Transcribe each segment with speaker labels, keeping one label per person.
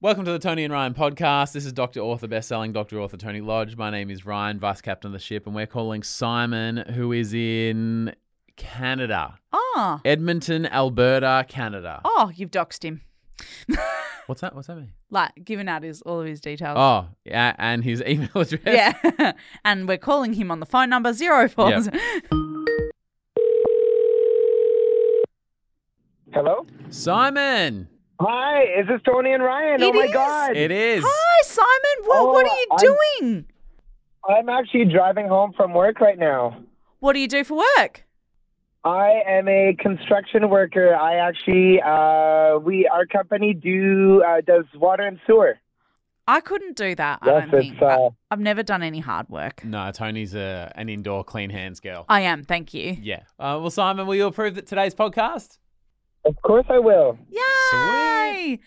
Speaker 1: Welcome to the Tony and Ryan podcast. This is Dr. Author, best-selling Dr. Author Tony Lodge. My name is Ryan, vice captain of the ship, and we're calling Simon, who is in Canada,
Speaker 2: Ah.
Speaker 1: Edmonton, Alberta, Canada.
Speaker 2: Oh, you've doxed him.
Speaker 1: What's that? What's that mean?
Speaker 2: Like, given out his all of his details.
Speaker 1: Oh, yeah, and his email address.
Speaker 2: Yeah. and we're calling him on the phone number zero four.
Speaker 3: Hello.
Speaker 1: Simon,
Speaker 3: Hi, is this Tony and Ryan? oh
Speaker 2: It
Speaker 3: my
Speaker 2: is.
Speaker 3: God!
Speaker 1: it is.
Speaker 2: Hi, Simon. What,
Speaker 3: Oh,
Speaker 2: what are you
Speaker 3: I'm-
Speaker 2: doing?
Speaker 3: I'm actually driving home from work right now.
Speaker 2: What do you do for work?
Speaker 3: I am a construction worker. I actually, uh, we our company do uh, does water and sewer.
Speaker 2: I couldn't do that. I
Speaker 3: Yes,
Speaker 2: don't
Speaker 3: it's
Speaker 2: think. I,
Speaker 3: uh,
Speaker 2: I've never done any hard work.
Speaker 1: No, Tony's a, an indoor clean hands girl.
Speaker 2: I am. Thank you.
Speaker 1: Yeah. Uh, well, Simon, will you approve that today's podcast?
Speaker 3: of course I will.
Speaker 2: Yay!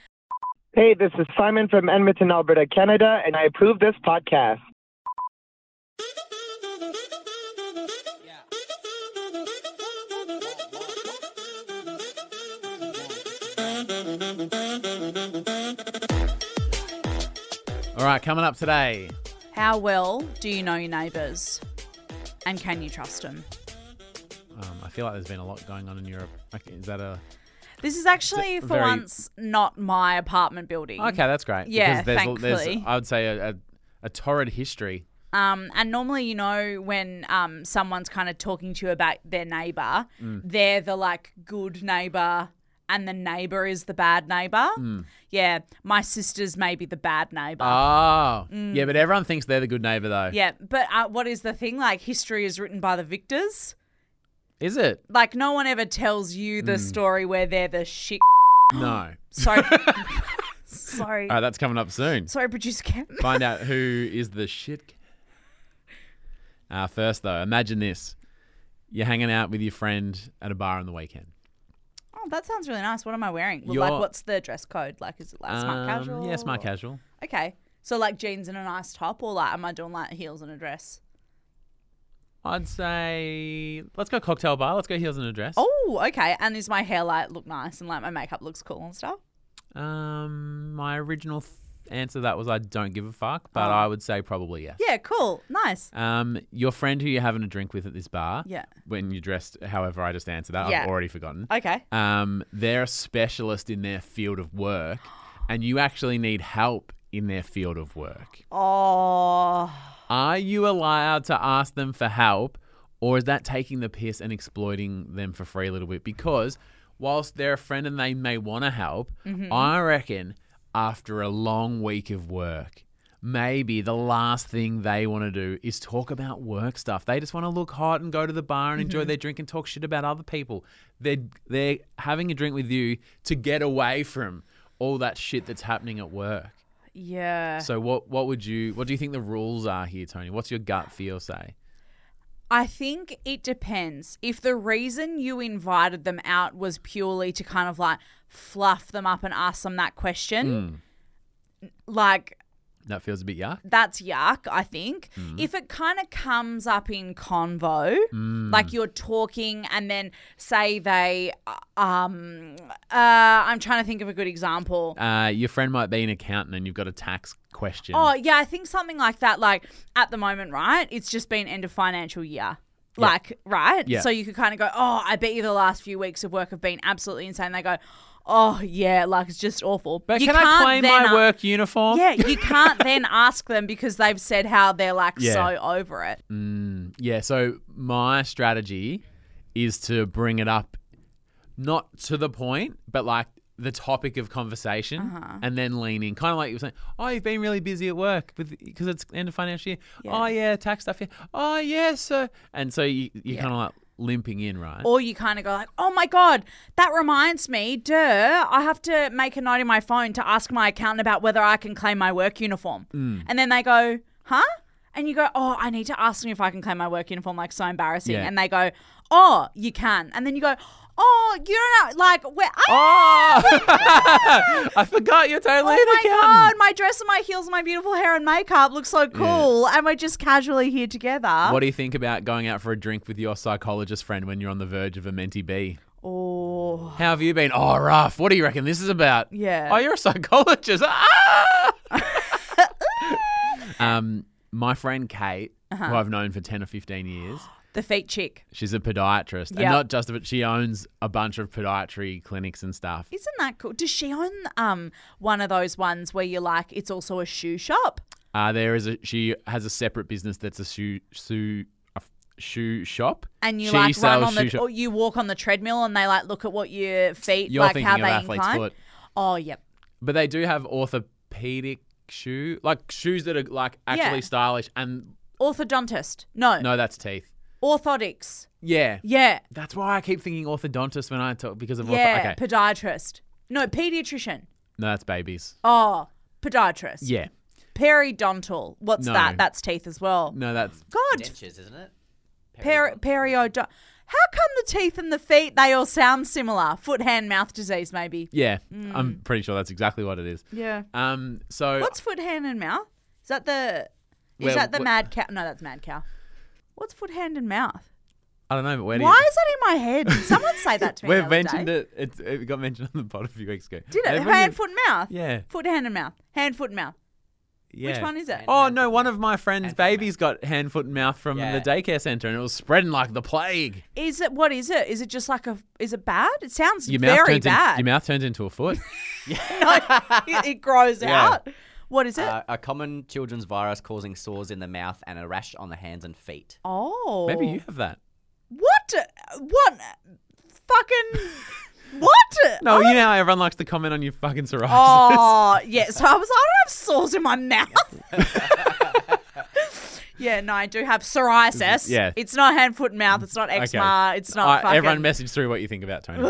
Speaker 3: Hey, this is Simon from Edmonton, Alberta, Canada, and I approve this podcast.
Speaker 1: All right, coming up today.
Speaker 2: How well do you know your neighbours? And can you trust them?
Speaker 1: Um, I feel like there's been a lot going on in Europe. Okay, is that a
Speaker 2: This is actually,
Speaker 1: It's a
Speaker 2: for
Speaker 1: very-
Speaker 2: once, not my apartment building.
Speaker 1: Okay, that's great.
Speaker 2: Yeah,
Speaker 1: because there's, there's
Speaker 2: thankfully.
Speaker 1: I would say a, a, a torrid history.
Speaker 2: Um, and normally, you know, when um, someone's kind of talking to you about their neighbor,
Speaker 1: Mm.
Speaker 2: they're the like good neighbor, and the neighbor is the bad neighbor.
Speaker 1: Mm.
Speaker 2: Yeah, my sister's maybe the bad neighbor.
Speaker 1: Oh, yeah, but everyone thinks they're the good neighbor though.
Speaker 2: Ah. Mm. yeah, but uh, what is the thing? Like, history is written by the victors.
Speaker 1: Is it?
Speaker 2: Like, no one ever tells you
Speaker 1: Mm.
Speaker 2: the story where they're the shit.
Speaker 1: No. All
Speaker 2: Sorry, sorry,
Speaker 1: right, that's coming up soon.
Speaker 2: sorry, producer Cam.
Speaker 1: Find out who is the shit. Uh, first though, imagine this: you're hanging out with your friend at a bar on the weekend.
Speaker 2: Oh, that sounds really nice. What am I wearing? Well,
Speaker 1: You're-
Speaker 2: like, what's the dress code? Like, is it like smart
Speaker 1: Um,
Speaker 2: casual?
Speaker 1: Yeah, smart
Speaker 2: or-
Speaker 1: casual.
Speaker 2: Okay. So like jeans and a nice top, or like am I doing like heels and a dress?
Speaker 1: I'd say let's go cocktail bar. Let's go heels and a dress.
Speaker 2: Oh, okay. And is my hair like look nice and like my makeup looks cool and stuff?
Speaker 1: Um, my original th- answer to that was I don't give a fuck,
Speaker 2: Oh.
Speaker 1: but I would say probably yes.
Speaker 2: Yeah, cool, nice.
Speaker 1: Um, your friend who you're having a drink with at this bar.
Speaker 2: Yeah.
Speaker 1: When you're dressed, however, I just answered that.
Speaker 2: Yeah.
Speaker 1: I've already forgotten.
Speaker 2: Okay.
Speaker 1: Um, they're a specialist in their field of work, and you actually need help in their field of work.
Speaker 2: Oh,
Speaker 1: Are you allowed to ask them for help, or is that taking the piss and exploiting them for free a little bit? Because whilst they're a friend and they may want to help, I reckon after a long week of work, maybe the last thing they want to do is talk about work stuff. They just want to look hot and go to the bar and enjoy their drink and talk shit about other people. They're, they're having a drink with you to get away from all that shit that's happening at work.
Speaker 2: yeah.
Speaker 1: So what what would you what do you think the rules are here, Tony? What's your gut feel say?
Speaker 2: I think it depends. If the reason you invited them out was purely to kind of like fluff them up and ask them that question, Hmm. like
Speaker 1: That feels a bit yuck.
Speaker 2: that's yuck, I think.
Speaker 1: Mm.
Speaker 2: If it kind of comes up in convo,
Speaker 1: Mm.
Speaker 2: like you're talking and then say they, uh, um, uh, I'm trying to think of a good example.
Speaker 1: Uh, your friend might be an accountant and you've got a tax question.
Speaker 2: Oh, yeah, I think something like that. Like at the moment, right? It's just been end of financial year. Like, right?
Speaker 1: Yeah.
Speaker 2: So you could kind of go, oh, I bet you the last few weeks of work have been absolutely insane. They go, oh, yeah, like it's just awful.
Speaker 1: but
Speaker 2: You
Speaker 1: can I
Speaker 2: can't
Speaker 1: claim
Speaker 2: then
Speaker 1: my
Speaker 2: a-
Speaker 1: work uniform?
Speaker 2: Yeah, you can't then ask them because they've said how they're like
Speaker 1: Yeah.
Speaker 2: so over it.
Speaker 1: Yeah, so my strategy is to bring it up not to the point, but like the topic of conversation
Speaker 2: Uh-huh.
Speaker 1: and then lean in. Kind of like you were saying, oh, you've been really busy at work because it's end of financial year. Oh, yeah, tax stuff. Yeah. Oh, yeah, so. And so you, you're kind of like limping in, right?
Speaker 2: Or you kind of go like, oh my god, that reminds me, duh, I have to make a note in my phone to ask my accountant about whether I can claim my work uniform.
Speaker 1: Mm.
Speaker 2: And then they go, huh? And you go, oh, I need to ask them if I can claim my work uniform. Like so embarrassing.
Speaker 1: Yeah.
Speaker 2: And they go, oh, you can. And then you go, oh, you don't know, like where?
Speaker 1: Oh, I forgot you're totally
Speaker 2: Oh my
Speaker 1: an
Speaker 2: god,
Speaker 1: accountant.
Speaker 2: my dress and my heels and my beautiful hair and makeup look so cool. And we're just casually here together.
Speaker 1: What do you think about going out for a drink with your psychologist friend when you're on the verge of a mentee B?
Speaker 2: oh.
Speaker 1: How have you been? Oh, rough. What do you reckon this is about?
Speaker 2: Yeah.
Speaker 1: Oh, you're a psychologist. Ah! Um, my friend Kate,
Speaker 2: Uh-huh.
Speaker 1: who I've known for 10 or 15 years,
Speaker 2: The feet chick.
Speaker 1: she's a podiatrist. And
Speaker 2: Yeah.
Speaker 1: not just of it, she owns a bunch of podiatry clinics and stuff.
Speaker 2: Isn't that cool? Does she own um one of those ones where you're like it's also a shoe shop?
Speaker 1: Uh, there is a she has a separate business that's a shoe shoe a f- shoe shop.
Speaker 2: And you
Speaker 1: She
Speaker 2: like run
Speaker 1: sells
Speaker 2: on the
Speaker 1: shoe shop-
Speaker 2: or you walk on the treadmill and they like look at what your feet
Speaker 1: You're
Speaker 2: like
Speaker 1: thinking
Speaker 2: how
Speaker 1: of
Speaker 2: they
Speaker 1: athlete's
Speaker 2: incline.
Speaker 1: foot.
Speaker 2: Oh yep.
Speaker 1: But they do have orthopedic shoe like shoes that are like actually
Speaker 2: Yeah.
Speaker 1: stylish and
Speaker 2: Orthodontist. No.
Speaker 1: no, that's teeth.
Speaker 2: Orthotics.
Speaker 1: Yeah.
Speaker 2: Yeah.
Speaker 1: That's why I keep thinking orthodontist when I talk because of ortho-
Speaker 2: Yeah.
Speaker 1: okay.
Speaker 2: Podiatrist. No, pediatrician.
Speaker 1: no, that's babies.
Speaker 2: Oh, podiatrist.
Speaker 1: Yeah.
Speaker 2: Periodontal. What's
Speaker 1: No.
Speaker 2: that? That's teeth as well.
Speaker 1: No, that's
Speaker 2: God.
Speaker 4: Dentures, isn't it?
Speaker 2: Per- periodontal. How come the teeth and the feet they all sound similar? Foot, hand, mouth disease maybe.
Speaker 1: yeah. I'm pretty sure that's exactly what it is.
Speaker 2: Yeah.
Speaker 1: Um so
Speaker 2: Mm. What's foot, hand, and mouth? Is that the is
Speaker 1: Well,
Speaker 2: that the
Speaker 1: what-
Speaker 2: mad cow? No, that's mad cow. What's foot, hand, and mouth?
Speaker 1: I don't know, but where do
Speaker 2: Why
Speaker 1: you
Speaker 2: is that in my head? Did someone say that to me?
Speaker 1: We've
Speaker 2: the
Speaker 1: mentioned
Speaker 2: other day?
Speaker 1: it, it it got mentioned on the pod a few weeks ago.
Speaker 2: Did it?
Speaker 1: They've
Speaker 2: Hand,
Speaker 1: mentioned-
Speaker 2: foot, and mouth.
Speaker 1: Yeah.
Speaker 2: Foot, hand, and mouth. Hand, foot, and mouth.
Speaker 1: Yeah.
Speaker 2: Which one is it?
Speaker 4: Hand-
Speaker 1: Oh
Speaker 4: hand, foot,
Speaker 1: no!
Speaker 4: and
Speaker 1: One of my friend's
Speaker 4: Hand, foot, and
Speaker 1: babies got hand, foot, and mouth from
Speaker 4: Yeah.
Speaker 1: the daycare center, and it was spreading like the plague.
Speaker 2: Is it what is it? Is it just like a? Is it bad? It sounds
Speaker 1: Your mouth
Speaker 2: very
Speaker 1: turns in-
Speaker 2: bad.
Speaker 1: your mouth turns into a foot.
Speaker 2: it, it grows
Speaker 4: Yeah.
Speaker 2: out. What is it?
Speaker 4: Uh, a common children's virus causing sores in the mouth and a rash on the hands and feet.
Speaker 2: oh,
Speaker 1: Maybe you have that.
Speaker 2: What? What? Fucking what?
Speaker 1: No, you Oh, know how everyone likes to comment on your fucking psoriasis.
Speaker 2: Oh yeah. So I was. like, I don't have sores in my mouth. yeah, no, I do have psoriasis.
Speaker 1: Yeah.
Speaker 2: it's not hand, foot, and mouth. Oh, It's not eczema. It's not.
Speaker 1: Alright,
Speaker 2: fucking,
Speaker 1: Everyone message through what you think about Tony.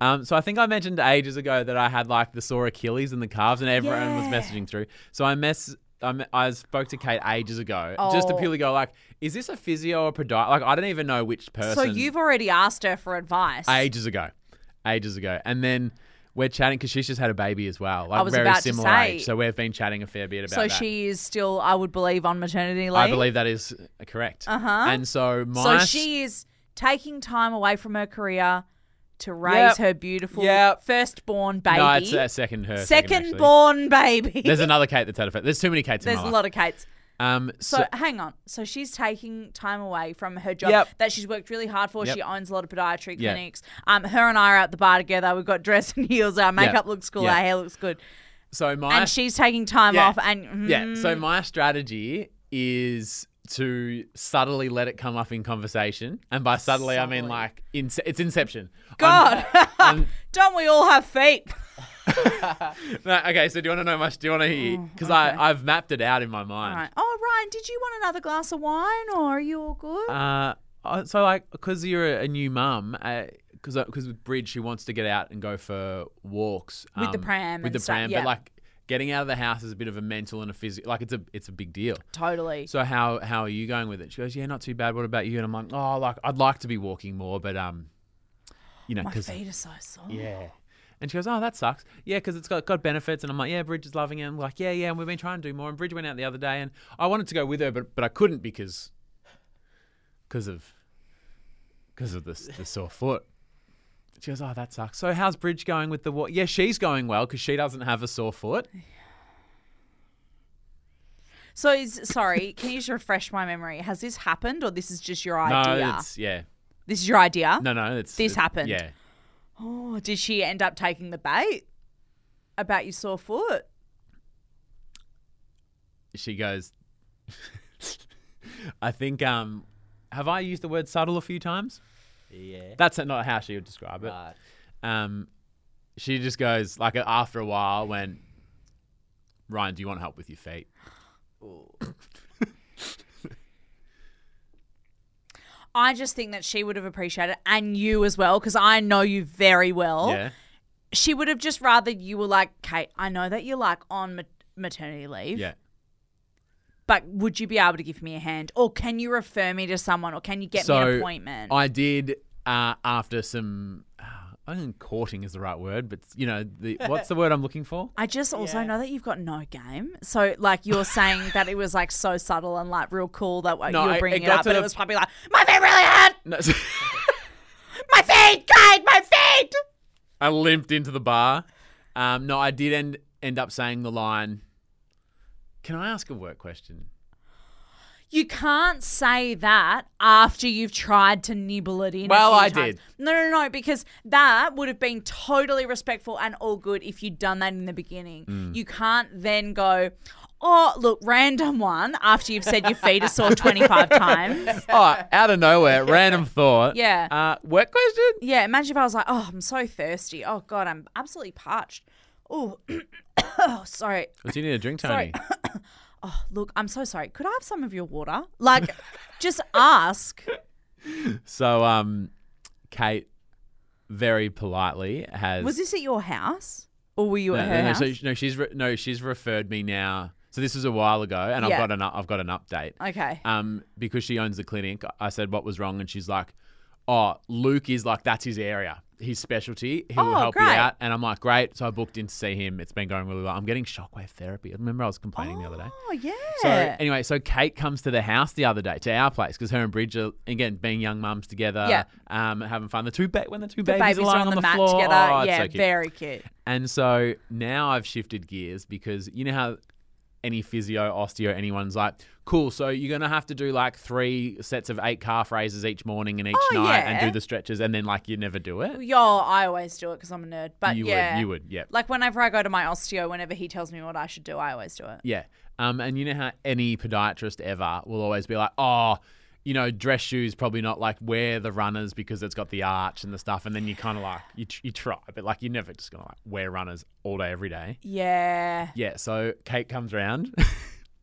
Speaker 1: um, so I think I mentioned ages ago that I had like the sore Achilles and the calves, and everyone was
Speaker 2: Yeah.
Speaker 1: messaging through. So I mess. I, me- I spoke to Kate ages ago just to
Speaker 2: Oh.
Speaker 1: purely go like, is this a physio or podiatrist? Like I don't even know which person.
Speaker 2: So you've already asked her for advice.
Speaker 1: ages ago, ages ago, and then we're chatting because she's just had a baby as well, like
Speaker 2: was
Speaker 1: very
Speaker 2: about to
Speaker 1: similar
Speaker 2: say-
Speaker 1: age. So we've been chatting a fair bit about.
Speaker 2: so
Speaker 1: that.
Speaker 2: she is still, I would believe, on maternity leave.
Speaker 1: I believe that is correct. Uh huh. And so my
Speaker 2: Uh-huh. So she is taking time away from her career to raise
Speaker 1: Yep.
Speaker 2: her beautiful
Speaker 1: Yep.
Speaker 2: firstborn baby.
Speaker 1: no, it's a second her
Speaker 2: second
Speaker 1: actually.
Speaker 2: born baby.
Speaker 1: There's another Kate that's had a fa- There's too many Kates.
Speaker 2: There's
Speaker 1: in my
Speaker 2: a lot of Kates.
Speaker 1: Of- um. So,
Speaker 2: So, hang on. So she's taking time away from her job
Speaker 1: Yep.
Speaker 2: that she's worked really hard for.
Speaker 1: Yep.
Speaker 2: She owns a lot of podiatry
Speaker 1: Yeah.
Speaker 2: clinics. Um, her and I are at the bar together. We've got dress and heels. Our makeup looks cool.
Speaker 1: Yeah.
Speaker 2: Our hair looks good.
Speaker 1: so my
Speaker 2: And she's taking time
Speaker 1: Yeah.
Speaker 2: off. And mm,
Speaker 1: yeah. So my strategy is to subtly let it come up in conversation, and by subtly, I mean
Speaker 2: Subtly.
Speaker 1: like in- it's Inception.
Speaker 2: God,
Speaker 1: I'm, I'm,
Speaker 2: don't we all have feet?
Speaker 1: No, okay, so do you want to know much? Do you want to hear?
Speaker 2: Oh,
Speaker 1: Because I I've mapped it out in my mind.
Speaker 2: Right. Oh, Ryan, did you want another glass of wine, or are you all good?
Speaker 1: Uh, Uh, so like, because you're a, a new mum, uh, because because with Bridge she wants to get out and go for walks um,
Speaker 2: With the pram
Speaker 1: with
Speaker 2: and
Speaker 1: the
Speaker 2: stuff,
Speaker 1: pram,
Speaker 2: yeah.
Speaker 1: but like getting out of the house is a bit of a mental and a physical. Like it's a it's a big deal.
Speaker 2: totally.
Speaker 1: So how how are you going with it? She goes, yeah, not too bad. What about you? And I'm like, oh, like I'd like to be walking more, but um, you know,
Speaker 2: My
Speaker 1: because
Speaker 2: feet are so sore.
Speaker 1: Yeah. And she goes, oh, that sucks. Yeah, because it's got, got benefits. And I'm like, yeah, Bridge is loving it. And I'm like, yeah, yeah. And we've been trying to do more. And Bridge went out the other day, and I wanted to go with her, but but I couldn't because because of because of the s- the sore foot. She goes, oh, that sucks. So how's Bridge going with the walk? Yeah, she's going well because she doesn't have a sore foot.
Speaker 2: So is sorry, can you just refresh my memory? Has this happened or this is just your
Speaker 1: No,
Speaker 2: idea?
Speaker 1: it's yeah,
Speaker 2: this is your idea?
Speaker 1: no, no, it's
Speaker 2: This
Speaker 1: it-
Speaker 2: happened.
Speaker 1: Yeah,
Speaker 2: Oh, did she end up taking the bait about your sore foot?
Speaker 1: she goes. I think um, have I used the word subtle a few times?
Speaker 4: Yeah.
Speaker 1: That's not how she would describe it.
Speaker 4: Right.
Speaker 1: um, she just goes like after a while when Ryan, do you want help with your feet?
Speaker 2: I just think that she would have appreciated and you as well, because I know you very well.
Speaker 1: Yeah,
Speaker 2: She would have just rather you were like, Kate, I know that you're like on mat- maternity leave.
Speaker 1: yeah.
Speaker 2: but would you be able to give me a hand or can you refer me to someone or can you get me an appointment
Speaker 1: I did uh, after some. uh, I don't think courting is the right word, but you know, the, what's the word I'm looking for?
Speaker 2: I just also know that you've got no game. So, like, you're saying that it was like so subtle and like real cool that like,
Speaker 1: No,
Speaker 2: you
Speaker 1: I-
Speaker 2: were
Speaker 1: it
Speaker 2: bringing it,
Speaker 1: got
Speaker 2: up,
Speaker 1: to
Speaker 2: but
Speaker 1: the-
Speaker 2: it was probably like, my feet really hurt!
Speaker 1: No,
Speaker 2: My feet, Kate, my feet!
Speaker 1: I limped into the bar. Um, no, I did end end up saying the line. Can I ask a work question?
Speaker 2: You can't say that after you've tried to nibble it in. a
Speaker 1: Well,
Speaker 2: few
Speaker 1: I
Speaker 2: times.
Speaker 1: did.
Speaker 2: No, no, no, because that would have been totally respectful and all good if you'd done that in the beginning.
Speaker 1: Mm.
Speaker 2: You can't then go, oh, look, random one after you've said your feet are sore 25 times.
Speaker 1: Oh, out of nowhere, random thought.
Speaker 2: Yeah.
Speaker 1: Uh, work question?
Speaker 2: Yeah, imagine if I was like, oh, I'm so thirsty. Oh, God, I'm absolutely parched. Ooh. oh, sorry.
Speaker 1: Do you need a drink, Tony?
Speaker 2: Sorry. Look, I'm so sorry. Could I have some of your water? Like, just ask.
Speaker 1: So, um, Kate very politely has.
Speaker 2: Was this at your house or were you
Speaker 1: no,
Speaker 2: at
Speaker 1: no,
Speaker 2: her
Speaker 1: no,
Speaker 2: house?
Speaker 1: so sh- no, she's re- no, she's referred me now. So this was a while ago, and
Speaker 2: Yeah.
Speaker 1: I've got an u- I've got an update.
Speaker 2: okay.
Speaker 1: Um, because she owns the clinic, I said what was wrong, and she's like, "Oh, Luke is like that's his area, his specialty. He will
Speaker 2: Oh,
Speaker 1: help you
Speaker 2: great.
Speaker 1: out." And I'm like, "Great!" So I booked in to see him. It's been going really well. I'm getting shockwave therapy. Remember, I was complaining the other day.
Speaker 2: Oh yeah.
Speaker 1: So anyway, so Kate comes to the house the other day to our place because her and Bridge are again being young mums together,
Speaker 2: Yeah.
Speaker 1: um, having fun. The two ba- when the two
Speaker 2: the
Speaker 1: babies,
Speaker 2: babies
Speaker 1: lying
Speaker 2: are on the, mat
Speaker 1: floor,
Speaker 2: together.
Speaker 1: oh, it's
Speaker 2: yeah,
Speaker 1: so cute.
Speaker 2: very cute.
Speaker 1: And so now I've shifted gears because you know how any physio, osteo, anyone's like, cool, so you're going to have to do like three sets of eight calf raises each morning and each
Speaker 2: Oh,
Speaker 1: night
Speaker 2: yeah.
Speaker 1: and do the stretches and then like you never do it.
Speaker 2: Yo, I always do it because I'm a nerd. But
Speaker 1: you
Speaker 2: yeah,
Speaker 1: would, you would, yeah.
Speaker 2: Like whenever I go to my osteo, whenever he tells me what I should do, I always do it.
Speaker 1: Yeah. Um, and you know how any podiatrist ever will always be like, oh, you know, dress shoes probably not like wear the runners because it's got the arch and the stuff. And then you kind of like, you, tr- you try, but like you're never just going to like wear runners all day, every day.
Speaker 2: Yeah.
Speaker 1: Yeah, so Kate comes round.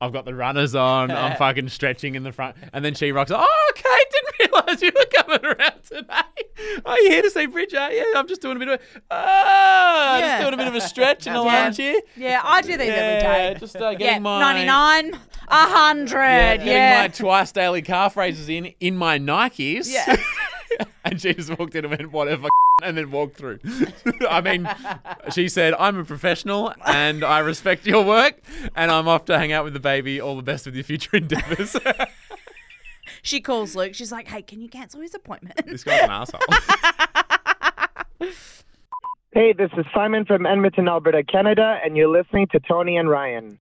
Speaker 1: I've got the runners on. I'm fucking stretching in the front. And then she rocks. Oh, Kate, didn't realise you were coming around today. Oh, you're here to see Bridget? Yeah, I'm just doing a bit of a, oh,
Speaker 2: Yeah.
Speaker 1: just doing a bit of a stretch in the
Speaker 2: Yeah.
Speaker 1: lounge here.
Speaker 2: Yeah, I do these every
Speaker 1: Yeah,
Speaker 2: day.
Speaker 1: just uh, getting
Speaker 2: Yeah,
Speaker 1: my...
Speaker 2: 99, 100. Yeah.
Speaker 1: Getting my twice daily calf raises in, in my Nikes.
Speaker 2: Yeah.
Speaker 1: and she just walked in and went, whatever, and then walked through. I mean, she said, I'm a professional and I respect your work and I'm off to hang out with the baby. All the best with your future endeavors.
Speaker 2: she calls Luke. She's like, hey, can you cancel his appointment?
Speaker 1: this guy's an asshole.
Speaker 3: Hey, this is Simon from Edmonton, Alberta, Canada, and you're listening to Tony and Ryan.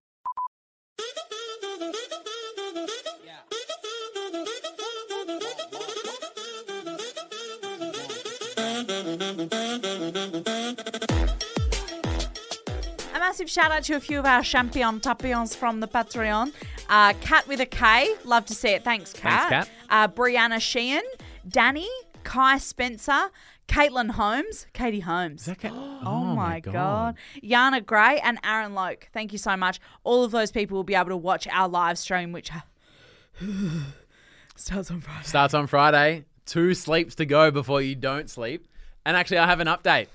Speaker 2: a massive shout out to a few of our champion tapions from the Patreon. Uh, Kat with a K. Love to see it. Thanks, Kat.
Speaker 1: Kat.
Speaker 2: Uh, Brianna Sheehan, Danny, Kai Spencer, Caitlin Holmes, Katie Holmes.
Speaker 1: oh,
Speaker 2: Oh, my god. Yana Gray and Aaron Loke. Thank you so much. All of those people will be able to watch our live stream, which uh, starts on Friday.
Speaker 1: Starts on Friday. Two sleeps to go before you don't sleep. And actually, I have an update.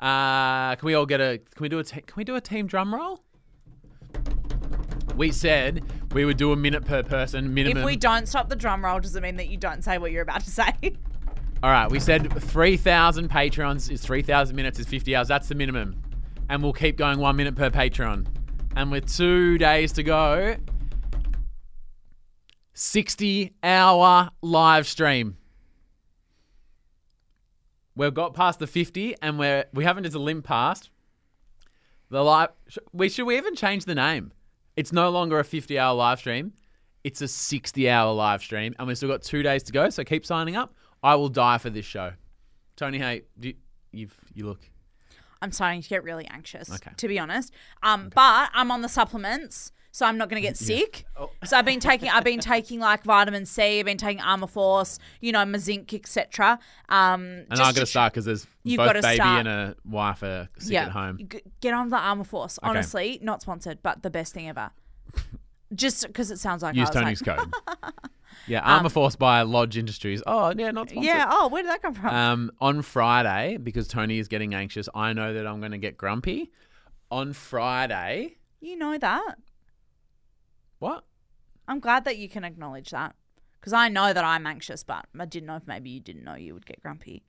Speaker 1: Uh, can we all get a? Can we do a? Te- can we do a team drum roll? We said we would do a minute per person minimum.
Speaker 2: If we don't stop the drum roll, does it mean that you don't say what you're about to say?
Speaker 1: All right, we said 3,000 Patreons is 3,000 minutes is 50 hours. That's the minimum. And we'll keep going one minute per Patreon. And with two days to go, 60 hour live stream. We've got past the 50 and we're, we haven't just limped past. The live, sh- we, should we even change the name? It's no longer a 50 hour live stream. It's a 60 hour live stream, and we've still got two days to go, so keep signing up. I will die for this show. Tony, hey, do you, you've, you look.
Speaker 2: I'm starting to get really anxious,
Speaker 1: Okay.
Speaker 2: to be honest. Um, But I'm on the supplements. So I'm not going to get sick.
Speaker 1: Oh.
Speaker 2: So I've been taking, I've been taking like vitamin C. I've been taking Armour Force, you know, my zinc, etc. Um,
Speaker 1: And
Speaker 2: just
Speaker 1: I
Speaker 2: to
Speaker 1: got to start because there's
Speaker 2: You've
Speaker 1: both
Speaker 2: gotta
Speaker 1: baby
Speaker 2: start.
Speaker 1: and a wife are sick at home.
Speaker 2: g- Get on the Armour Force. Honestly, not sponsored, but the best thing ever. Just because it sounds like I
Speaker 1: Use
Speaker 2: was
Speaker 1: Tony's
Speaker 2: like,
Speaker 1: code. Yeah, Armour Force by Lodge Industries. Oh, yeah, not sponsored.
Speaker 2: Um, yeah. Oh, where did that come from?
Speaker 1: Um, on Friday, because Tony is getting anxious, I know that I'm going to get grumpy. On Friday,
Speaker 2: you know that.
Speaker 1: what?
Speaker 2: I'm glad that you can acknowledge that because I know that I'm anxious, but I didn't know if maybe you didn't know you would get grumpy.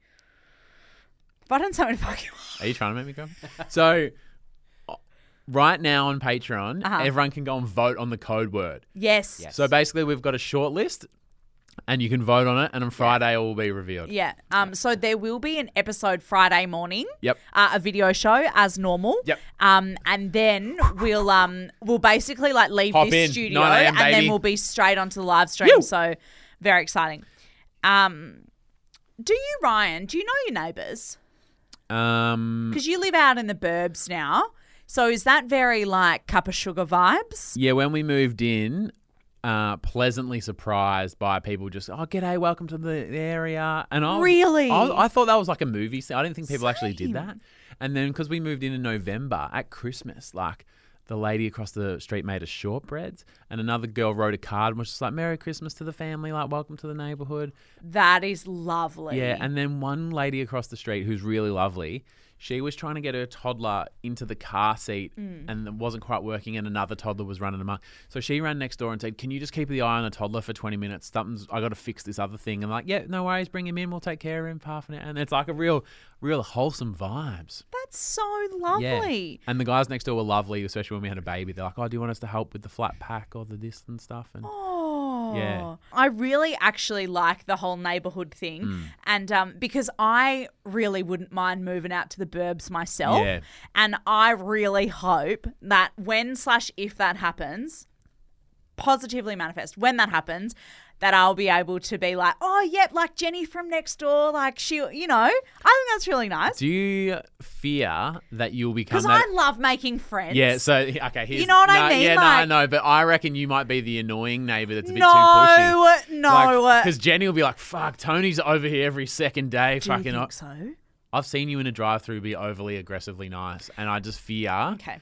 Speaker 2: If I didn't say something fuck you.
Speaker 1: Are you trying to make me grumpy? so, uh, right now on Patreon,
Speaker 2: Uh-huh.
Speaker 1: everyone can go and vote on the code word.
Speaker 2: Yes.
Speaker 4: Yes.
Speaker 1: So basically, we've got a short list, and you can vote on it, and on Friday it will be revealed.
Speaker 2: Yeah. Um, so there will be an episode Friday morning.
Speaker 1: Yep.
Speaker 2: Uh, a video show as normal.
Speaker 1: Yep.
Speaker 2: Um, and then we'll um we'll basically like leave
Speaker 1: Hop
Speaker 2: this
Speaker 1: in,
Speaker 2: studio
Speaker 1: 9 a.m.,
Speaker 2: and then
Speaker 1: baby.
Speaker 2: we'll be straight onto the live stream.
Speaker 1: Yew.
Speaker 2: So very exciting. Um, do you Ryan? Do you know your neighbours?
Speaker 1: Um,
Speaker 2: Because you live out in the burbs now. So is that very like cup of sugar vibes?
Speaker 1: yeah, when we moved in, uh, pleasantly surprised by people just, oh, g'day, welcome to the the area. And I was-
Speaker 2: Really?
Speaker 1: I, was- I thought that was like a movie scene. I didn't think people actually
Speaker 2: Same.
Speaker 1: did that. And then because we moved in in November at Christmas, like the lady across the street made us shortbreads, and another girl wrote a card and was just like, Merry Christmas to the family, like, welcome to the neighborhood.
Speaker 2: That is lovely.
Speaker 1: Yeah, and then one lady across the street who's really lovely, she was trying to get her toddler into the car seat
Speaker 2: Mm.
Speaker 1: and it wasn't quite working, and another toddler was running amok. So she ran next door and said, "Can you just keep the eye on the toddler for twenty minutes? Something's I got to fix this other thing." And like, yeah, no worries, bring him in, we'll take care of him for half an hour. And it's like a real, real wholesome vibes.
Speaker 2: that's so lovely.
Speaker 1: Yeah, and the guys next door were lovely, especially when we had a baby. They're like, "Oh, do you want us to help with the flat pack or the this and stuff?" And
Speaker 2: Oh,
Speaker 1: Yeah.
Speaker 2: I really actually like the whole neighborhood thing,
Speaker 1: Mm.
Speaker 2: and um, because I really wouldn't mind moving out to the burbs myself,
Speaker 1: Yeah.
Speaker 2: and I really hope that when slash if that happens, positively manifest when that happens, that I'll be able to be like, oh yep, like Jenny from next door, like she, you know, I think that's really nice
Speaker 1: do you fear that you'll become
Speaker 2: because
Speaker 1: that?
Speaker 2: I love making friends.
Speaker 1: Yeah, so okay, here's,
Speaker 2: You know what I
Speaker 1: no,
Speaker 2: mean?
Speaker 1: Yeah,
Speaker 2: Like-
Speaker 1: no, I know, but I reckon you might be the annoying neighbour that's a bit too pushy.
Speaker 2: no, no, uh,
Speaker 1: because Jenny will be like, "Fuck, Tony's over here every second day."
Speaker 2: Do you
Speaker 1: Fucking,
Speaker 2: think
Speaker 1: up.
Speaker 2: so.
Speaker 1: I've seen you in a drive-through be overly aggressively nice, and I just fear
Speaker 2: Okay,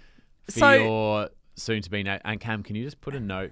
Speaker 1: for
Speaker 2: so.
Speaker 1: your soon-to-be. Na- and Cam, can you just put a note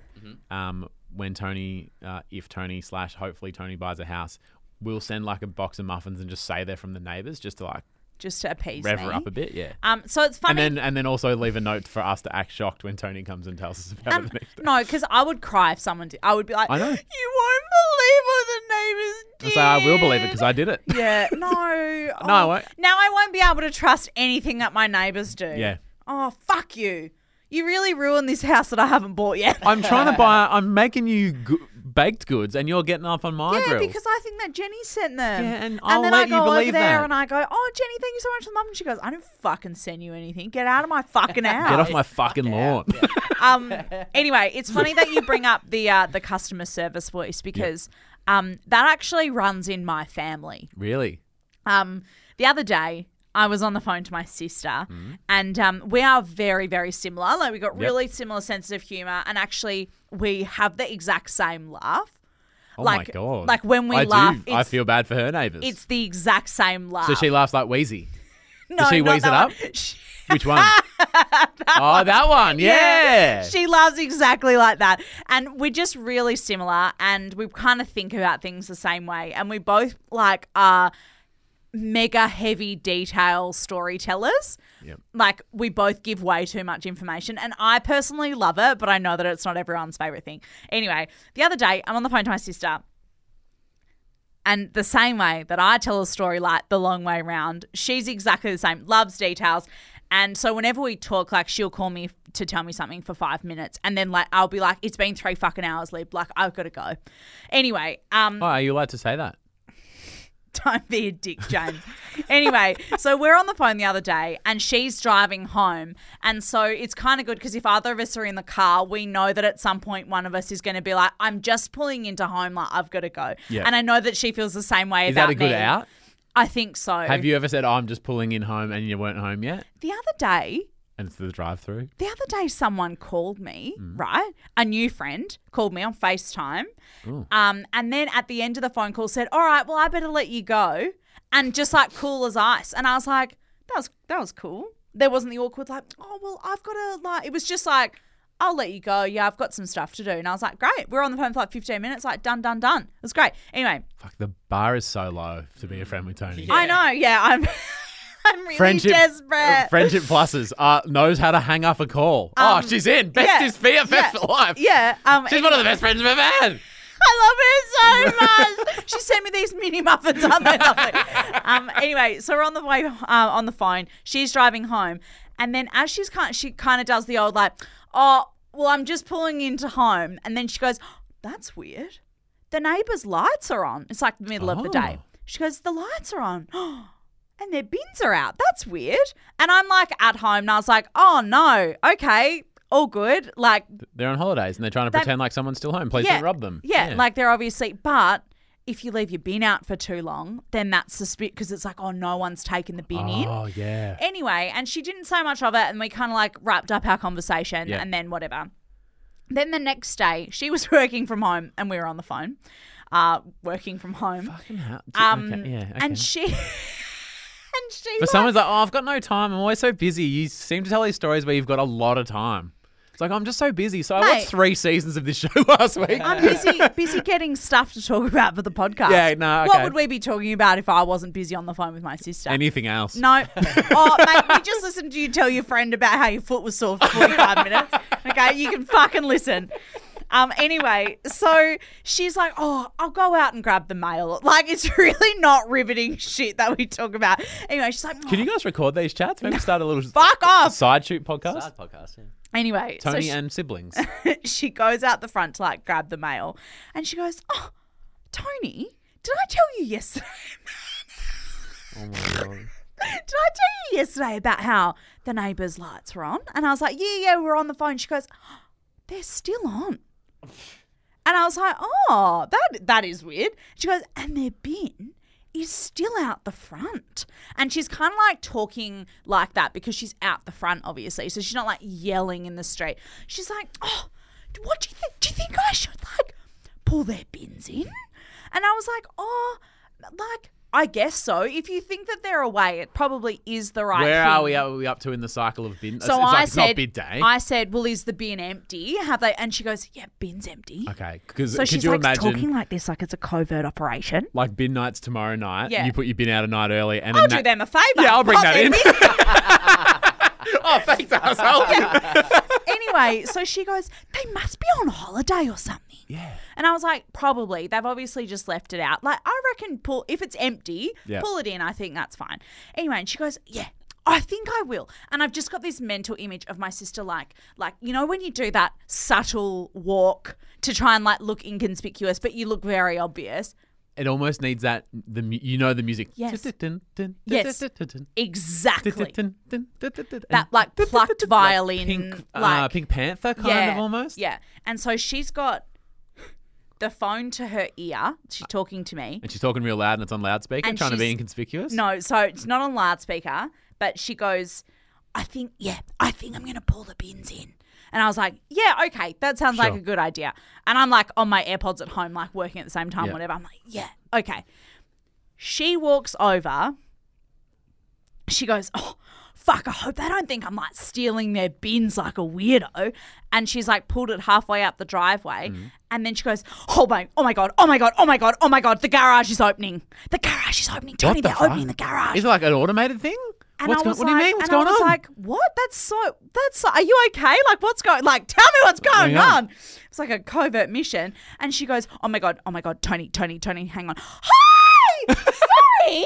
Speaker 1: um, when Tony, uh, if Tony slash hopefully Tony buys a house, we'll send like a box of muffins and just say they're from the neighbours, just to like
Speaker 2: just to appease
Speaker 1: rev
Speaker 2: me.
Speaker 1: her up a bit, yeah.
Speaker 2: Um, so it's
Speaker 1: And
Speaker 2: funny.
Speaker 1: then, and then also leave a note for us to act shocked when Tony comes and tells us
Speaker 2: Um,
Speaker 1: about it the next day.
Speaker 2: no, because I would cry if someone did. I would be like,
Speaker 1: I know.
Speaker 2: You won't believe what the neighbors did.
Speaker 1: So I will believe it because I did it.
Speaker 2: Yeah, no. Oh,
Speaker 1: No, I won't.
Speaker 2: Now I won't be able to trust anything that my neighbors do.
Speaker 1: Yeah.
Speaker 2: Oh, fuck you. You really ruined this house that I haven't bought yet.
Speaker 1: I'm trying to buy. I'm making you g- baked goods, and you're getting up on my
Speaker 2: yeah,
Speaker 1: grill.
Speaker 2: because I think that Jenny sent them.
Speaker 1: Yeah, and I'll
Speaker 2: then
Speaker 1: let
Speaker 2: I
Speaker 1: you
Speaker 2: go over
Speaker 1: believe
Speaker 2: there
Speaker 1: that.
Speaker 2: and I go, oh, Jenny, thank you so much for the mum. And she goes, I don't fucking send you anything. Get out of my fucking house.
Speaker 1: Get off my fucking lawn.
Speaker 2: um anyway it's funny that you bring up the uh the customer service voice because um that actually runs in my family
Speaker 1: really?
Speaker 2: um the other day I was on the phone to my sister,
Speaker 1: Mm-hmm.
Speaker 2: and um, we are very, very similar. Like, we've got really similar senses of humor, and actually, we have the exact same laugh.
Speaker 1: Oh
Speaker 2: Like-
Speaker 1: my god!
Speaker 2: like when we
Speaker 1: I
Speaker 2: laugh,
Speaker 1: do, I
Speaker 2: it's-
Speaker 1: feel bad for her neighbours.
Speaker 2: It's the exact same laugh.
Speaker 1: so she laughs like Wheezy.
Speaker 2: no,
Speaker 1: she
Speaker 2: not
Speaker 1: wheeze it
Speaker 2: that one.
Speaker 1: up?
Speaker 2: She-
Speaker 1: Which one? oh, that one. Yeah.
Speaker 2: She loves exactly like that. And we're just really similar and we kind of think about things the same way. And we both like are mega heavy detail storytellers.
Speaker 1: Yep.
Speaker 2: Like we both give way too much information. And I personally love it, but I know that it's not everyone's favorite thing. Anyway, the other day I'm on the phone to my sister. And the same way that I tell a story like the long way round, she's exactly the same, loves details. And so whenever we talk, like she'll call me to tell me something for five minutes. And then like I'll be like, it's been three fucking hours, Lib. Like, I've got to go. Anyway, um,
Speaker 1: Oh, are you allowed to say that?
Speaker 2: don't be a dick, James. anyway, so we're on the phone the other day and she's driving home. And so it's kind of good because if either of us are in the car, we know that at some point one of us is going to be like, I'm just pulling into home, like, I've got to go.
Speaker 1: Yeah.
Speaker 2: And I know that she feels the same way
Speaker 1: Is
Speaker 2: about
Speaker 1: that a good
Speaker 2: me.
Speaker 1: out?
Speaker 2: I think so.
Speaker 1: Have you ever said, oh, "I'm just pulling in home" and you weren't home yet,
Speaker 2: The other day,
Speaker 1: and it's the drive-through?
Speaker 2: the other day, someone called me,
Speaker 1: Mm.
Speaker 2: right? A new friend called me on FaceTime.
Speaker 1: Ooh.
Speaker 2: Um, and then at the end of the phone call said, All right, well, I better let you go. And just like cool as ice. And I was like, That was that was cool. There wasn't the awkward like, oh well, I've got to like it was just like, I'll let you go. Yeah, I've got some stuff to do. And I was like, Great, we're on the phone for like 15 minutes, like done, done, done. It was great. Anyway,
Speaker 1: Fuck, the bar is so low to be a friend with Tony.
Speaker 2: I know, yeah, I'm I'm really
Speaker 1: friendship
Speaker 2: desperate.
Speaker 1: uh, friendship pluses uh, knows how to hang up a call.
Speaker 2: Um,
Speaker 1: oh, she's in. Best
Speaker 2: yeah,
Speaker 1: is BFF
Speaker 2: yeah,
Speaker 1: for life.
Speaker 2: yeah. Um,
Speaker 1: She's one of the best friends I've ever had.
Speaker 2: I love her so much. she sent me these mini muffins. Aren't they lovely? Um, anyway, so we're on the way uh, on the phone. She's driving home, and then as she's kind, she kind of does the old like, "Oh, well, I'm just pulling into home," and then she goes, "That's weird. the neighbor's lights are on. It's like the middle of the day.
Speaker 1: Oh.
Speaker 2: She goes, the lights are on. And their bins are out. That's weird. And I'm like at home and I was like, oh no, okay, all good. Like,
Speaker 1: They're on holidays and they're trying to
Speaker 2: That-
Speaker 1: pretend like someone's still home. Please
Speaker 2: yeah,
Speaker 1: don't rob them.
Speaker 2: Yeah, like they're obviously, but if you leave your bin out for too long, then that's suspicious because it's like, oh, no one's taken the bin in.
Speaker 1: Oh yeah.
Speaker 2: Eh, Anyway, and she didn't say much of it, and we kind of like wrapped up our conversation
Speaker 1: Yeah.
Speaker 2: and then whatever. Then the next day, she was working from home and we were on the phone, uh, working from home.
Speaker 1: Fucking hell.
Speaker 2: Um,
Speaker 1: okay, yeah. Okay.
Speaker 2: And she. and she.
Speaker 1: But someone's like, oh, I've got no time. I'm always so busy. You seem to tell these stories where you've got a lot of time. It's like, I'm just so busy. So I
Speaker 2: Mate.
Speaker 1: watched three seasons of this show last week.
Speaker 2: I'm busy busy getting stuff to talk about for the podcast.
Speaker 1: Yeah, no,
Speaker 2: What
Speaker 1: okay.
Speaker 2: would we be talking about if I wasn't busy on the phone with my sister?
Speaker 1: Anything else?
Speaker 2: No. Oh, mate, we just listened to you tell your friend about how your foot was sore for 45 minutes. Okay, you can fucking listen. Um, anyway, so she's like, oh, I'll go out and grab the mail. Like, it's really not riveting shit that we talk about. Anyway, she's like,
Speaker 1: Can you guys record these chats? Maybe start a little
Speaker 2: fuck off.
Speaker 1: side shoot podcast.
Speaker 4: Sad podcast. Yeah.
Speaker 2: Anyway, so
Speaker 1: Tony
Speaker 2: she-
Speaker 1: and siblings.
Speaker 2: she goes out the front to like grab the mail and she goes, Oh, Tony, did I tell you yesterday?
Speaker 1: oh my god.
Speaker 2: did I tell you yesterday about how the neighbour's lights were on? And I was like, Yeah, yeah, we're on the phone. She goes, They're still on. And I was like, Oh, that that is weird. She goes, And their bin is still out the front. And she's kind of like talking like that because she's out the front, obviously. So she's not like yelling in the street. She's like, Oh, what do you think? Do you think I should like pull their bins in? And I was like, Oh, like, I guess so. If you think that they're away, it probably is the right
Speaker 1: Where
Speaker 2: thing.
Speaker 1: are we? Are we up to in the cycle of bin? it's,
Speaker 2: So
Speaker 1: it's
Speaker 2: I
Speaker 1: like, it's
Speaker 2: said,
Speaker 1: not bid day.
Speaker 2: I said, well, is the bin empty? Have they? And she goes, yeah, bin's empty.
Speaker 1: okay, because
Speaker 2: So
Speaker 1: could
Speaker 2: she's
Speaker 1: you
Speaker 2: like
Speaker 1: imagine
Speaker 2: talking like this, like it's a covert operation.
Speaker 1: like bin nights tomorrow night?
Speaker 2: Yeah.
Speaker 1: You put your bin out a night early, and
Speaker 2: I'll
Speaker 1: then
Speaker 2: do them a favour.
Speaker 1: Yeah, I'll bring
Speaker 2: Pop
Speaker 1: that
Speaker 2: their
Speaker 1: in.
Speaker 2: bin
Speaker 1: Oh, thanks, asshole.
Speaker 2: anyway, so she goes, they must be on holiday or something.
Speaker 1: Yeah.
Speaker 2: And I was like, probably. They've obviously just left it out. Like, I reckon pull if it's empty,
Speaker 1: Yeah.
Speaker 2: pull it in. I think that's fine. Anyway, and she goes, yeah. I think I will. And I've just got this mental image of my sister like like you know when you do that subtle walk to try and like look inconspicuous but you look very obvious.
Speaker 1: It almost needs that. The mu- you know the music.
Speaker 2: Yes.
Speaker 1: Dun, dun, dun,
Speaker 2: Yes.
Speaker 1: dun, dun, dun.
Speaker 2: Exactly.
Speaker 1: that
Speaker 2: That like plucked violin
Speaker 1: pink,
Speaker 2: like
Speaker 1: uh, Pink Panther kind
Speaker 2: yeah,
Speaker 1: of almost.
Speaker 2: Yeah. And so she's got the phone to her ear. She's talking to me.
Speaker 1: And she's talking real loud and it's on loudspeaker,
Speaker 2: And
Speaker 1: trying to be
Speaker 2: she's-
Speaker 1: inconspicuous.
Speaker 2: No, so it's not on loudspeaker, but she goes, I think, yeah, I think I'm going to pull the bins in. And I was like, yeah, okay, that sounds like
Speaker 1: Sure.
Speaker 2: a good idea. And I'm like on my AirPods at home, like working at the same time,
Speaker 1: Yeah.
Speaker 2: whatever. I'm like, yeah, okay. She walks over. She goes, oh, fuck, I hope they don't think I'm like stealing their bins like a weirdo. And she's like pulled it halfway up the driveway.
Speaker 1: Mm-hmm.
Speaker 2: And then she goes, oh my, oh my God, oh my God, oh my God, oh my God, the garage is opening. The garage is opening.
Speaker 1: What
Speaker 2: Tony,
Speaker 1: the
Speaker 2: they're
Speaker 1: fuck?
Speaker 2: opening the garage.
Speaker 1: Is it like an automated thing?
Speaker 2: And
Speaker 1: what's
Speaker 2: I
Speaker 1: go-
Speaker 2: was
Speaker 1: what
Speaker 2: like,
Speaker 1: do you mean? What's
Speaker 2: and
Speaker 1: going
Speaker 2: I was
Speaker 1: on?
Speaker 2: like, what? That's so, that's so, are you okay? Like, what's going, like, tell me what's going
Speaker 1: going on?
Speaker 2: on. It's like a covert mission. And she goes, oh my God, oh my God, Tony, Tony, Tony, hang on. Hi! Sorry! Sorry!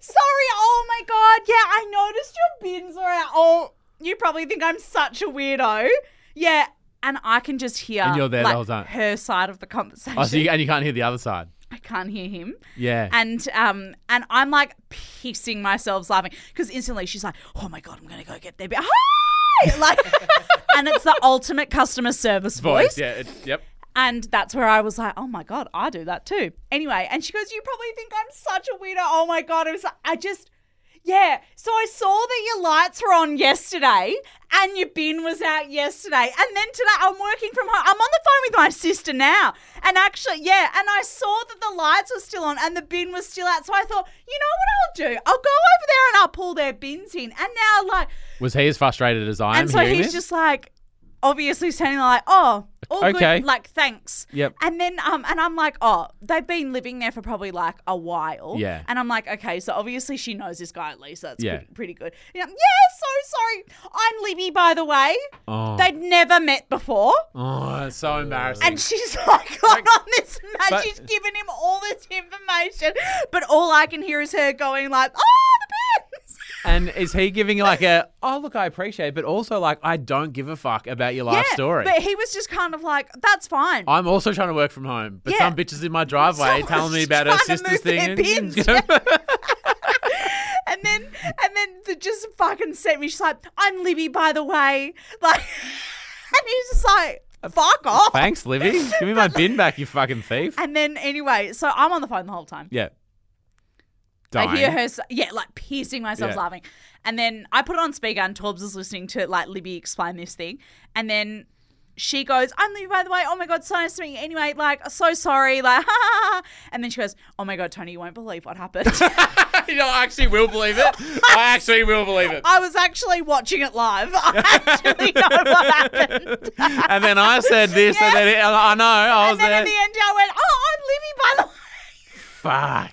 Speaker 2: Sorry! Oh my God. Yeah, I noticed your bins are out. Oh, you probably think I'm such a weirdo. Yeah. And I can just hear
Speaker 1: And you're there the
Speaker 2: like,
Speaker 1: whole time.
Speaker 2: her side of the conversation.
Speaker 1: oh, so you, and you can't hear the other side.
Speaker 2: I can't hear him
Speaker 1: Yeah.
Speaker 2: and um and I'm like pissing myself laughing because instantly she's like, "Oh my god, I'm gonna go get their bit." Hi! Like, and it's the ultimate customer service voice.
Speaker 1: Yeah. It's, yep.
Speaker 2: And that's where I was like, "Oh my god, I do that too." Anyway, and she goes, "You probably think I'm such a weirdo." Oh my god, it was like, I just. Yeah, so I saw that your lights were on yesterday and your bin was out yesterday. And then today I'm working from home. I'm on the phone with my sister now. And actually, yeah, and I saw that the lights were still on and the bin was still out. So I thought, you know what I'll do? I'll go over there and I'll pull their bins in. And now, like,
Speaker 1: Was he as frustrated as I am?
Speaker 2: and so
Speaker 1: hearing
Speaker 2: he's
Speaker 1: this?
Speaker 2: just like, obviously standing there like, oh, all
Speaker 1: Okay.
Speaker 2: good, like thanks.
Speaker 1: Yep.
Speaker 2: And then um, and I'm like, oh, they've been living there for probably like a while.
Speaker 1: Yeah.
Speaker 2: And I'm like, okay, so obviously she knows this guy at least. so That's
Speaker 1: Yeah.
Speaker 2: pretty, pretty good. And I'm, yeah, so sorry. I'm Libby, by the way.
Speaker 1: Oh,
Speaker 2: They'd never met before.
Speaker 1: oh it's so embarrassing.
Speaker 2: And she's like gone on this match.
Speaker 1: but-
Speaker 2: she's given him all this information, but all I can hear is her going like, "Oh, the pins!"
Speaker 1: And is he giving like a, oh, look, I appreciate it, but also like, I don't give a fuck about your life
Speaker 2: yeah,
Speaker 1: story.
Speaker 2: But he was just kind of like, that's fine.
Speaker 1: I'm also trying to work from home, but
Speaker 2: Yeah.
Speaker 1: some bitches in my driveway
Speaker 2: Someone's
Speaker 1: telling me about her
Speaker 2: trying to
Speaker 1: sister's
Speaker 2: move
Speaker 1: thing.
Speaker 2: their
Speaker 1: and-
Speaker 2: bins. and then and then the, just fucking sent me. She's like, I'm Libby, by the way. Like, and he's just like, fuck off.
Speaker 1: Thanks, Livy. Give me my bin back, you fucking thief.
Speaker 2: And then anyway, so I'm on the phone the whole time.
Speaker 1: Yeah.
Speaker 2: I hear
Speaker 1: Dying.
Speaker 2: her, s- yeah, like piercing myself
Speaker 1: Yeah.
Speaker 2: laughing. And then I put it on speaker, and Torbs is listening to like Libby explain this thing. And then she goes, I'm Libby, by the way. Oh my God, so nice to meet you. Anyway, like, so sorry. Like, ha ha ha. And then she goes, Oh my God, Tony, you won't believe what happened.
Speaker 1: you know, I actually will believe it. I actually will believe it.
Speaker 2: I was actually watching it live. I actually know what happened.
Speaker 1: And then I said this, and then it, I know I was
Speaker 2: and then
Speaker 1: there.
Speaker 2: in the end, I went, Oh, I'm Libby, by the way.
Speaker 1: Fuck.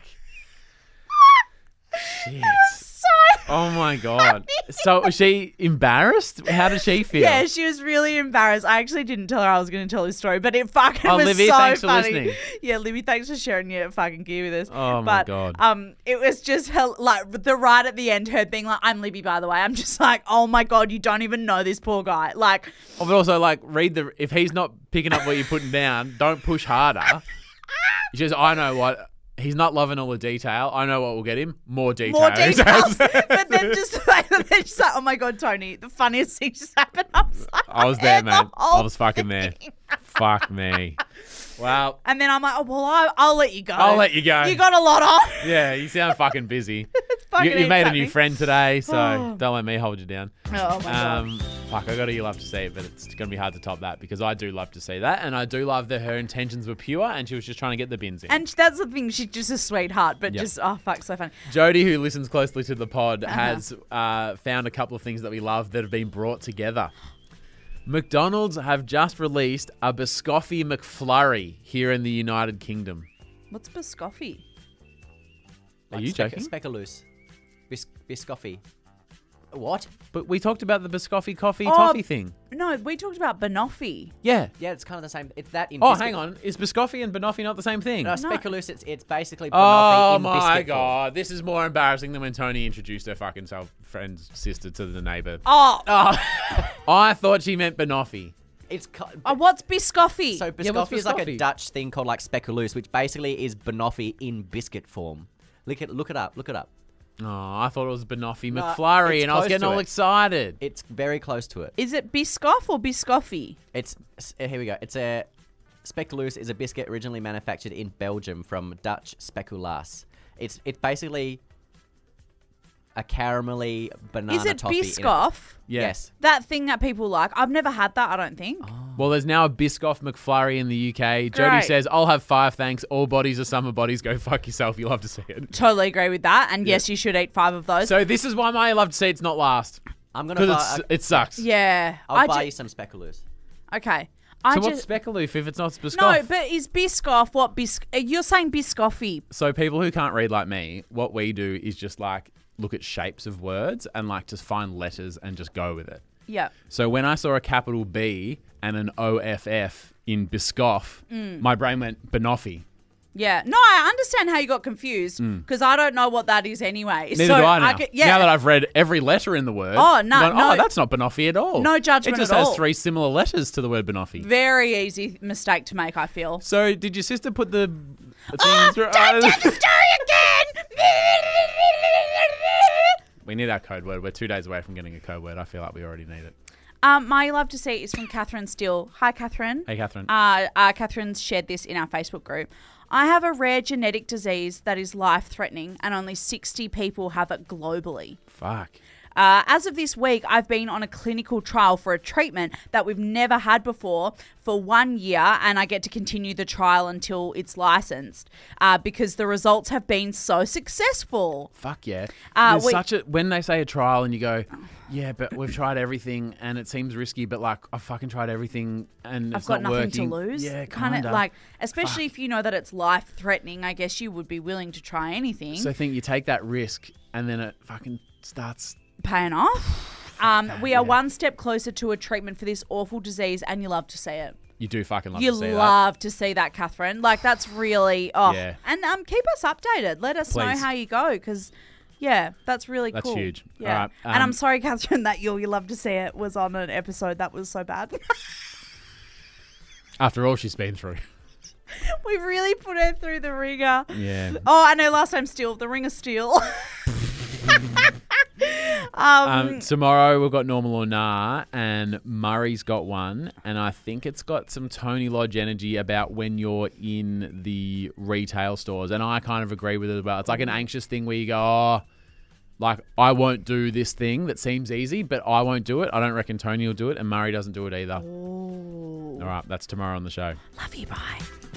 Speaker 1: Shit.
Speaker 2: So.
Speaker 1: Oh my god. So was she embarrassed? How did she feel?
Speaker 2: Yeah, she was really embarrassed. I actually didn't tell her I was going to tell this story, but it fucking
Speaker 1: Oh,
Speaker 2: was
Speaker 1: Libby,
Speaker 2: so
Speaker 1: thanks for
Speaker 2: funny.
Speaker 1: listening.
Speaker 2: Yeah, Libby, thanks for sharing your fucking gear with us.
Speaker 1: Oh, my
Speaker 2: but,
Speaker 1: God.
Speaker 2: Um, it was just hell, like the right at the end, her being like, "I'm Libby, by the way." I'm just like, "Oh my god, you don't even know this poor guy." Like,
Speaker 1: Oh, but also, like, read the. If he's not picking up what you're putting down, don't push harder. It's just, I know what. He's not loving all the detail. I know what will get him. More detail.
Speaker 2: more details. but then just like, then she's like, oh my god, Tony, the funniest thing just happened. I was like,
Speaker 1: I was there,
Speaker 2: the
Speaker 1: man. I
Speaker 2: whole
Speaker 1: was fucking there.
Speaker 2: thing.
Speaker 1: Fuck me. Wow.
Speaker 2: And then I'm like, oh well, I, I'll let you go.
Speaker 1: I'll let you go.
Speaker 2: You got a lot on.
Speaker 1: Yeah, you sound fucking busy.
Speaker 2: Fucking
Speaker 1: you, have made a
Speaker 2: impact
Speaker 1: new
Speaker 2: me.
Speaker 1: friend today, so don't let me hold you down.
Speaker 2: Oh my god.
Speaker 1: Um, fuck, I gotta you love to see it, but it's gonna be hard to top that because I do love to see that, and I do love that her intentions were pure and she was just trying to get the bins in.
Speaker 2: And that's the thing. She's just a sweetheart, but
Speaker 1: Yep.
Speaker 2: just oh fuck, so funny.
Speaker 1: Jody, who listens closely to the pod,
Speaker 2: Uh-huh.
Speaker 1: has uh, found a couple of things that we love that have been brought together. McDonald's have just released a Biscoffy McFlurry here in the United Kingdom.
Speaker 2: What's biscoffy?
Speaker 1: Are you
Speaker 4: spec-
Speaker 1: joking?
Speaker 4: Speckaloos. Bis- biscoffy. What?
Speaker 1: But we talked about the Biscoffy coffee
Speaker 2: Oh,
Speaker 1: toffee thing.
Speaker 2: No, we talked about banoffee.
Speaker 1: Yeah.
Speaker 4: Yeah, it's kind of the same. It's that in.
Speaker 1: Oh,
Speaker 4: biscuit-
Speaker 1: hang on. Is Biscoffy and Banoffee not the same thing?
Speaker 4: No, speculoos. It's it's basically. banoffee
Speaker 1: Oh
Speaker 4: in
Speaker 1: my
Speaker 4: biscuit form.
Speaker 1: god, this is more embarrassing than when Tony introduced her fucking self friend's sister to the neighbor.
Speaker 2: Oh,
Speaker 1: I thought she meant Banoffee.
Speaker 4: It's co-
Speaker 2: oh, what's biscoffy?
Speaker 4: So biscoffy
Speaker 1: Yeah, what's
Speaker 4: is like a
Speaker 1: biscoffy?
Speaker 4: Dutch thing called like speculoos, which basically is banoffee in biscuit form. Look it, look it up, look it up.
Speaker 1: Oh, I thought it was Banoffee
Speaker 4: Nah,
Speaker 1: McFlurry,
Speaker 4: it's
Speaker 1: and I was
Speaker 4: close
Speaker 1: getting
Speaker 4: to
Speaker 1: all
Speaker 4: it.
Speaker 1: excited.
Speaker 4: It's very close to it.
Speaker 2: is it biscoff or biscoffy?
Speaker 4: It's s- uh, here we go. It's a speculoos is a biscuit originally manufactured in Belgium from Dutch speculaas. It's it's basically a caramelly banana
Speaker 2: is it
Speaker 4: toffee. in a-
Speaker 2: biscoff?
Speaker 1: Yeah.
Speaker 4: Yes.
Speaker 2: That thing that people like. I've never had that. I don't think.
Speaker 1: Well, there's now a Biscoff McFlurry in the UK. Jody
Speaker 2: Great.
Speaker 1: says, I'll have five, thanks. All bodies are summer bodies. Go fuck yourself. You'll have to see it.
Speaker 2: Totally agree with that. And yes, you should eat five of those.
Speaker 1: So, this is why my love to see it's not last.
Speaker 4: I'm gonna buy.
Speaker 1: Because it sucks.
Speaker 2: yeah,
Speaker 4: I'll
Speaker 2: I
Speaker 4: buy
Speaker 2: ju-
Speaker 4: you some speculoos.
Speaker 2: Okay, I
Speaker 1: So,
Speaker 2: just
Speaker 1: what's Speckaloof if it's not Biscoff?
Speaker 2: no, but is biscoff what bisc? uh, You're saying biscoffy.
Speaker 1: So people who can't read like me, what we do is just like look at shapes of words and like just find letters and just go with it.
Speaker 2: Yeah.
Speaker 1: So when I saw a capital B and an OFF in Biscoff,
Speaker 2: Mm.
Speaker 1: my brain went Banoffee.
Speaker 2: Yeah. No, I understand how you got confused because I don't know what that is anyway.
Speaker 1: Mm. Neither
Speaker 2: so
Speaker 1: do I now.
Speaker 2: could- yeah.
Speaker 1: Now that I've read every letter in the word,
Speaker 2: Oh,
Speaker 1: I'm
Speaker 2: no,
Speaker 1: going,
Speaker 2: no.
Speaker 1: oh, that's not Banoffee at all.
Speaker 2: No judgment
Speaker 1: It just
Speaker 2: at
Speaker 1: has
Speaker 2: all.
Speaker 1: three similar letters to the word Banoffee.
Speaker 2: Very easy mistake to make, I feel.
Speaker 1: So did your sister put the things
Speaker 2: Ah,
Speaker 1: through- Oh.
Speaker 2: don't do the story again!
Speaker 1: We need our code word. We're two days away from getting a code word. I feel like we already need it.
Speaker 2: um, my love to see is from Catherine Steele. Hi, Catherine.
Speaker 1: Hey, Catherine.
Speaker 2: Uh, uh, Catherine's shared this in our Facebook group. I have a rare genetic disease that is life threatening, and only 60 people have it globally.
Speaker 1: Fuck.
Speaker 2: Uh, as of this week, I've been on a clinical trial for a treatment that we've never had before for one year, and I get to continue the trial until it's licensed uh, because the results have been so successful.
Speaker 1: Fuck yeah.
Speaker 2: Uh,
Speaker 1: There's
Speaker 2: we-
Speaker 1: such a when they say a trial and you go, yeah, but we've tried everything and it seems risky, but like I've fucking tried everything and
Speaker 2: I've
Speaker 1: it's
Speaker 2: got
Speaker 1: not working.
Speaker 2: nothing to lose.
Speaker 1: Yeah, kind
Speaker 2: Kinda
Speaker 1: of
Speaker 2: like, especially if you know that it's life threatening. I guess you would be willing to try anything.
Speaker 1: So I think you take that risk and then it fucking starts.
Speaker 2: Paying off. Um, we are one step closer to a treatment for this awful disease, and you love to see it.
Speaker 1: You do fucking love
Speaker 2: you
Speaker 1: to see that.
Speaker 2: love to see that, Catherine. Like that's really oh,
Speaker 1: Yeah.
Speaker 2: and um, keep us updated. Let us know
Speaker 1: Please.
Speaker 2: how you go because Yeah, that's really
Speaker 1: That's
Speaker 2: cool.
Speaker 1: huge.
Speaker 2: Yeah.
Speaker 1: Alright, um,
Speaker 2: and I'm sorry, Catherine, that you'll you love to see it was on an episode that was so bad.
Speaker 1: After all she's been through.
Speaker 2: We've really put her through the ringer.
Speaker 1: Yeah.
Speaker 2: Oh, I know. Last time, steel. The ring of steel. um,
Speaker 1: Um, tomorrow we've got Normal or Nah, and Murray's got one, and I think it's got some Tony Lodge energy about when you're in the retail stores, and I kind of agree with it as well. It's like an anxious thing where you go, oh, like I won't do this thing that seems easy, but I won't do it. I don't reckon Tony will do it, and Murray doesn't do it either. All right, that's tomorrow on the show.
Speaker 2: love you. Bye.